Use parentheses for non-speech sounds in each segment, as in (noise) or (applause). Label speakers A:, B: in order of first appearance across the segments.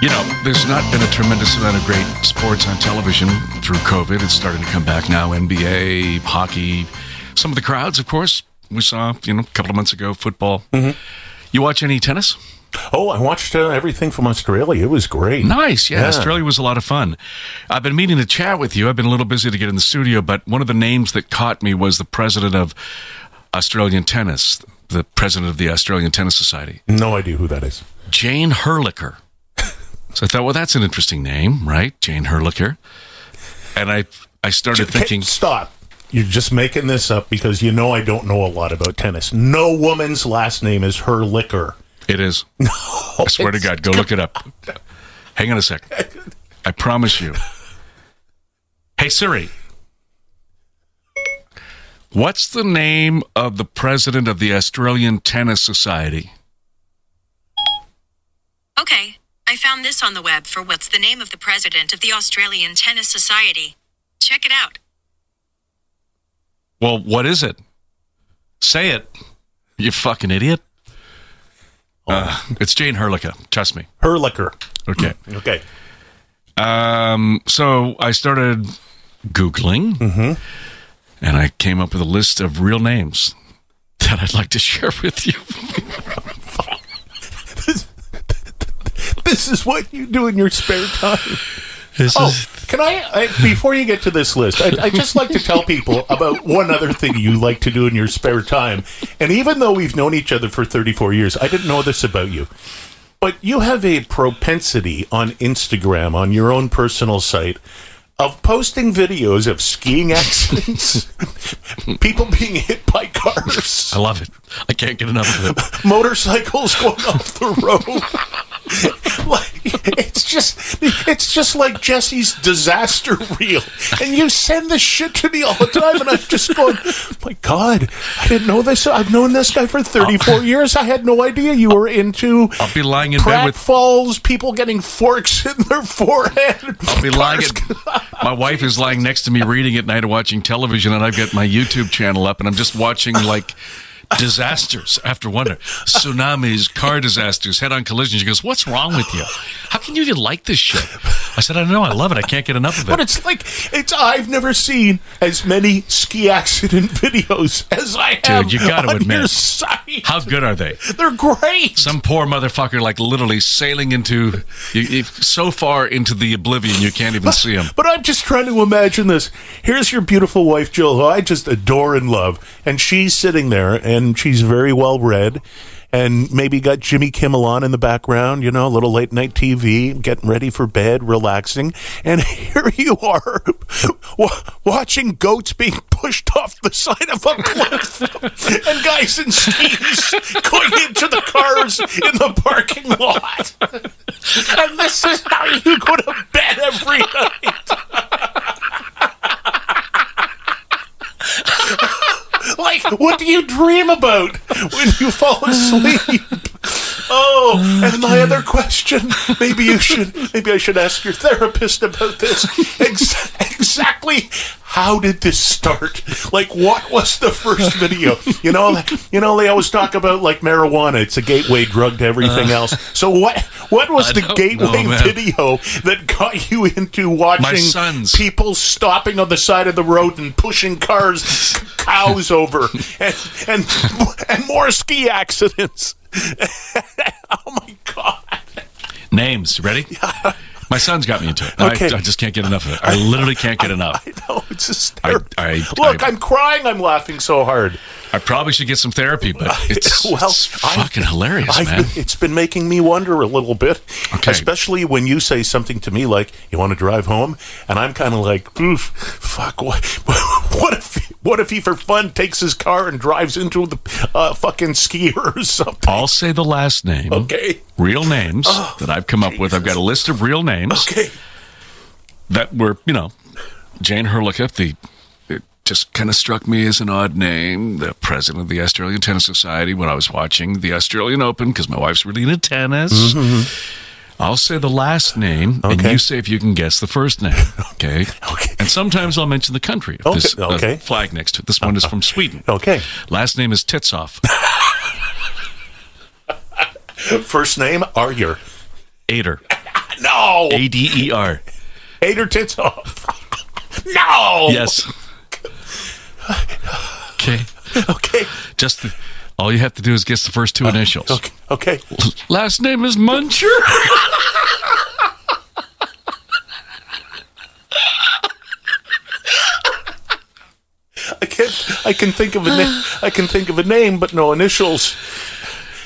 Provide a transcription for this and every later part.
A: You know, there's not been a tremendous amount of great sports on television through COVID. It's starting to come back now. NBA, hockey, some of the crowds, of course. We saw, you know, a couple of months ago, football. You watch any tennis?
B: Oh, I watched uh, everything from Australia. It was great.
A: Nice. Yeah,
B: Yeah.
A: Australia was a lot of fun. I've been meaning to chat with you. I've been a little busy to get in the studio, but one of the names that caught me was the president of Australian Tennis, the president of the Australian Tennis Society,
B: No idea who that is.
A: Jane Herlicker. so I thought, well, that's an interesting name, right? Jane Herlicker. And I, I started
B: Okay,
A: thinking,
B: Stop. You're just making this up because you know I don't know a lot about tennis. No woman's last name is her liquor.
A: it is. I swear to God, go look it up. Hang on a sec. I promise you. Hey Siri. What's the name of the president of the Australian Tennis Society?
C: Okay, I found this on the web for what's the name of the president of the Australian Tennis Society. Check it out.
A: Well, what is it? Say it. You fucking idiot. Uh, it's Jane Herlicker. Trust me.
B: Her liquor.
A: Okay.
B: Okay.
A: Um, so I started Googling and I came up with a list of real names that I'd like to (laughs) share with you.
B: (laughs) This is what you do in your spare time.
A: This
B: Oh, can I, I before you get to this list, I, I just like to tell people about one other thing you like to do in your spare time. And even though we've known each other for 34 years, I didn't know this about you. But you have a propensity on Instagram, on your own personal site, of posting videos of skiing accidents, (laughs) people being hit by cars,
A: I love it. I can't get enough of it.
B: motorcycles (laughs) going off the road. (laughs) Like, it's just it's just like Jesse's disaster reel, and you send this shit to me all the time, and I'm just going, my God, I didn't know this. I've known this guy for 34 years. I had no idea you were into
A: (laughs) I'll be lying in bed
B: Pratt
A: with.
B: falls, people getting forks in their forehead.
A: I'll be lying. in- my wife is lying next to me reading at night or watching television, and I've got my YouTube channel up, and I'm just watching like disasters after one tsunamis, car disasters, head-on collisions. She goes, "What's wrong with you? How can you even like this shit?" I said, "I don't know. I love it. I can't get enough of it."
B: (laughs) But it's like it's I've never seen as many ski accident (laughs) videos as I have
A: you gotta
B: on your
A: admit.
B: site.
A: How good are they?
B: They're great.
A: Some poor motherfucker, like literally sailing into you, you, so far into the oblivion, you can't even see him.
B: But I'm just trying to imagine this. Here's your beautiful wife, Jill, who I just adore and love. And she's sitting there, and she's very well read, and maybe got Jimmy Kimmel on in the background, you know, a little late night TV, getting ready for bed, relaxing. And (laughs) here you are (laughs) wa- watching goats being pushed off the side of a cliff, (laughs) and guys in skis (laughs) going into the cars in the parking lot. (laughs) And this is how you go to bed every night. (laughs) Like, what do you dream about when you fall asleep? Oh, and my other question, maybe you should, maybe I should ask your therapist about this. Ex- exactly how did this start? Like, what was the first video? You know, you know, they always talk about like marijuana; it's a gateway drug to everything else. So, what, what was the
A: Uh. don't
B: gateway
A: know, man.
B: video that got you into watching
A: sons.
B: people stopping on the side of the road and pushing cars,
A: (laughs)
B: cows over, and and and more ski accidents. (laughs) oh my god!
A: (laughs)
B: (laughs)
A: Names, you ready? My son's got me into it. I-
B: Okay.
A: I, just can't get enough of it. I literally can't get enough.
B: I know Oh, it's just
A: I- I-
B: look.
A: I-
B: I, am crying. I'm laughing so hard.
A: I probably should get some therapy, (laughs) but it's,
B: (laughs) Well,
A: it's
B: I-
A: fucking hilarious,
B: I've
A: man.
B: been- it's been making me wonder a little bit,
A: Okay.
B: especially when you say something to me like "You want to drive home," and I'm kind of like, "Oof, fuck! What, (laughs) what if? What if he, for fun, takes his car and drives into the uh, fucking skier (laughs) or something?"
A: I'll say the last name.
B: Okay.
A: Real names that I've come up with. I've got a list of real names
B: Okay.
A: that were, you know, Jane Herlicka, the it just kind of struck me as an odd name, the president of the Australian Tennis Society when I was watching the Australian Open because my wife's really into tennis. I'll say the last name, and
B: Mm-hmm. Okay.
A: you say if you can guess the first
B: (laughs)
A: name. Okay.
B: Okay.
A: And sometimes I'll mention the country. if
B: Okay,
A: There's a
B: okay.
A: flag next to it. This one is from
B: (laughs)
A: Sweden.
B: Okay.
A: Last name is
B: (laughs)
A: Titsoff.
B: First name, Aryer.
A: Ader.
B: No.
A: A D E R.
B: Ate her tits off. (laughs) no. (laughs)
A: Yes. Okay.
B: Okay.
A: Just the, all you have to do is guess the first
B: Uh,
A: two initials.
B: Okay. Okay.
A: Last name is Muncher.
B: I can I can think of a name. I can think of a name, but no initials. (laughs)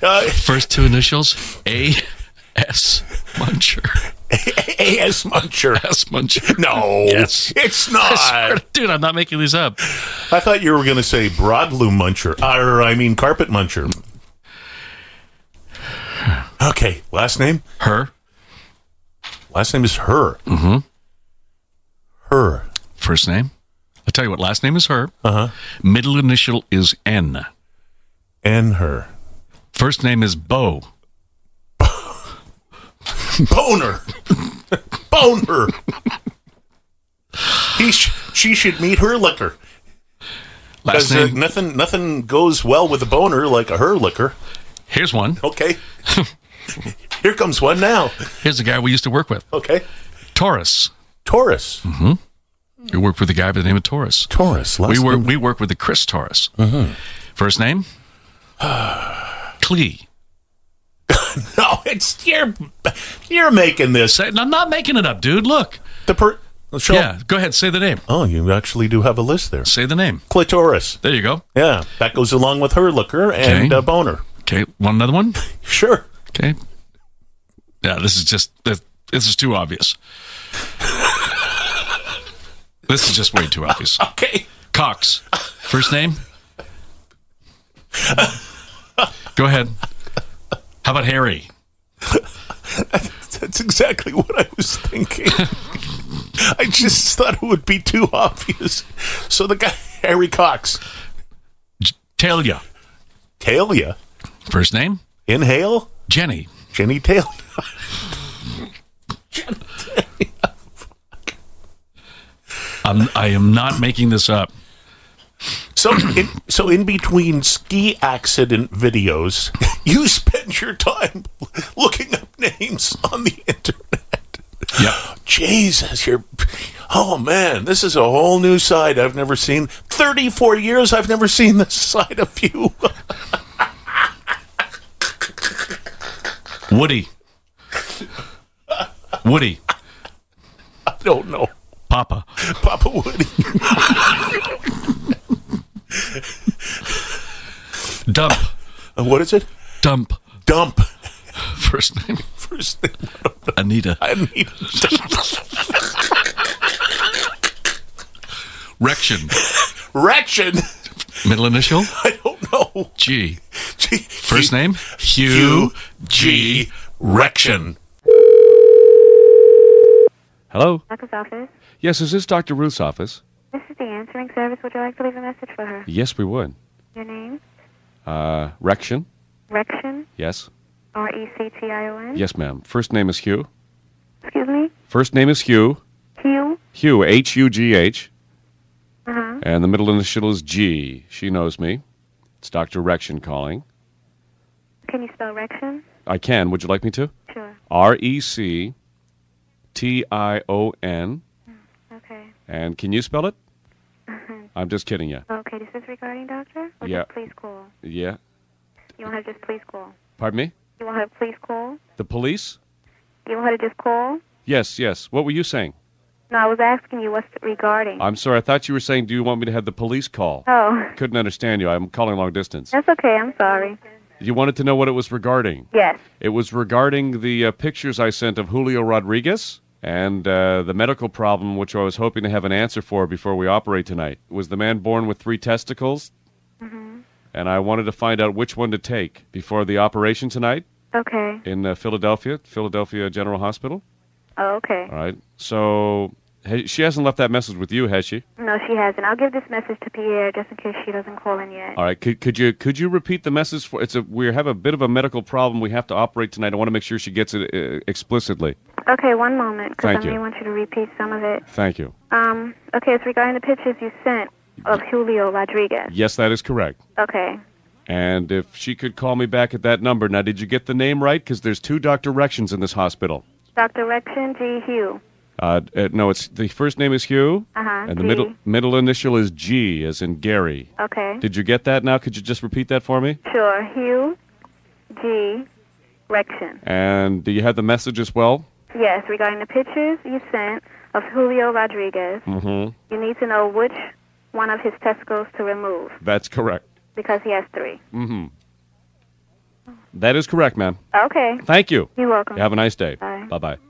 B: Uh,
A: First two initials A S Muncher.
B: A.S. Muncher.
A: S Muncher.
B: No.
A: Yes.
B: (laughs) It's not.
A: Dude, I'm not making these up.
B: I thought you were going to say broadloom muncher, or I mean carpet muncher. Okay, last name.
A: Her
B: Last name is her. Mm-hmm. Her.
A: first name. I'll tell you what. Last name is her. Uh huh. Middle initial is N.
B: and her.
A: First name is Bo.
B: Boner. (laughs) Boner. He sh- she should meet her liquor.
A: Last
B: 'Cause, uh,
A: name.
B: nothing nothing goes well with a boner like a her liquor.
A: Here's one. (laughs)
B: Okay. Here comes one now.
A: Here's the guy we used to work with.
B: Okay.
A: Taurus.
B: Taurus.
A: We worked with a guy by the name of Taurus.
B: Taurus.
A: We
B: Last
A: work.
B: name-
A: We work with the Chris Taurus. First name. Clee.
B: (laughs) No, it's you're you're making this
A: Say, I'm not making it up, dude. Look.
B: the per. Show,
A: Yeah. Go ahead. Say the name.
B: Oh, you actually do have a list there.
A: Say the name.
B: Clitoris.
A: There you go.
B: Yeah, that goes along with her liquor and
A: Okay.
B: uh, boner.
A: Okay. Want another one?
B: Sure.
A: Okay. Yeah, this is just this, this is too obvious. this is just way too obvious.
B: Okay. (laughs)
A: Cox, first name. Go ahead. How about Harry?
B: That's exactly what I
A: (laughs)
B: was thinking. I just thought it would be too obvious. So the guy Harry Cox,
A: Talia,
B: Talia,
A: first name.
B: inhale,
A: Jenny.
B: Jenny Talia.
A: I'm, I am not making this up.
B: So, in, so in between ski accident videos, (laughs) you spend your time looking up names on the internet.
A: Yep.
B: Jesus, you're. Oh man, this is a whole new side I've never seen. Thirty-four years I've never seen this side of you. (laughs)
A: Woody. Woody.
B: I don't know,
A: Papa.
B: Papa Woody.
A: Dump.
B: Uh, What is it?
A: Dump.
B: Dump. (laughs)
A: First name.
B: First thing
A: Anita.
B: I need. (laughs)
A: Rection.
B: Wretched.
A: Middle initial.
B: I don't know.
A: G.
B: Gee,
A: First name?
B: Hugh G. Rection.
A: Hello?
D: Michael's office.
A: Yes, is this Dr. Ruth's office?
D: This is the answering service. Would you like to leave a message for her?
E: Yes, we would.
D: Your name?
E: Uh, Rection?
D: Rection?
E: Yes.
D: R E C T I O N?
E: Yes, ma'am. First name is Hugh.
D: Excuse me?
E: First name is Hugh.
D: Hugh?
E: Hugh, H U G H.
D: Uh huh.
E: And the middle initial is G. She knows me. It's Dr. Rection calling.
D: Can you spell Rection?
E: I can. Would you like me to?
D: Sure.
E: R E C T I O N.
D: Okay.
E: And can you spell it? I'm just kidding you.
D: Okay, this is regarding doctor? Or
E: Yeah.
D: just please call?
E: Yeah.
D: You want her to just please call?
E: Pardon me?
D: You want her to please call?
E: The police?
D: You want her to just call?
E: Yes, yes. What were you saying?
D: No, I was asking you what's regarding.
E: I'm sorry. I thought you were saying, do you want me to have the police call?
D: oh, (laughs)
E: Couldn't understand you. I'm calling long distance.
D: that's okay. I'm sorry.
E: You wanted to know what it was regarding.
D: Yes.
E: It was regarding the uh, pictures I sent of Julio Rodriguez and uh, the medical problem, which I was hoping to have an answer for before we operate tonight. Was the man born with three testicles? And I wanted to find out which one to take before the operation tonight
D: Okay.
E: in uh, Philadelphia, Philadelphia General Hospital.
D: Oh, okay.
E: All right. So ha- she hasn't left that message with you, has she?
D: No, she hasn't. I'll give this message to Pierre just in case she doesn't call in yet.
E: All right. Could, could you could you repeat the message for? It's a we have a bit of a medical problem. We have to operate tonight. I want to make sure she gets it uh, explicitly.
D: Okay, one moment, because
E: Uh, Thank
D: I
E: you.
D: may want you to repeat some of it.
E: Thank you.
D: Um, okay, it's regarding the pictures you sent of Julio Rodriguez.
E: Yes, that is correct.
D: Okay.
E: And if she could call me back at that number. Now, did you get the name right? Because there's two Dr. Rections in this hospital.
D: Dr. Rection G. Hugh.
E: Uh, d- uh, no, it's the first name is Hugh,
D: Uh-huh,
E: and the
D: G.
E: middle middle initial is G, as in Gary.
D: Okay.
E: Did you get that? Now, could you just repeat that for me?
D: Sure. Hugh G. Rection.
E: And do you have the message as well?
D: Yes, regarding the pictures you sent of Julio Rodriguez,
E: Mm-hmm.
D: you need to know which one of his testicles to remove
E: That's correct.
D: because he has three.
E: That is correct, ma'am.
D: Okay.
E: Thank you.
D: You're welcome.
E: Have a nice day.
D: Bye.
E: Bye bye.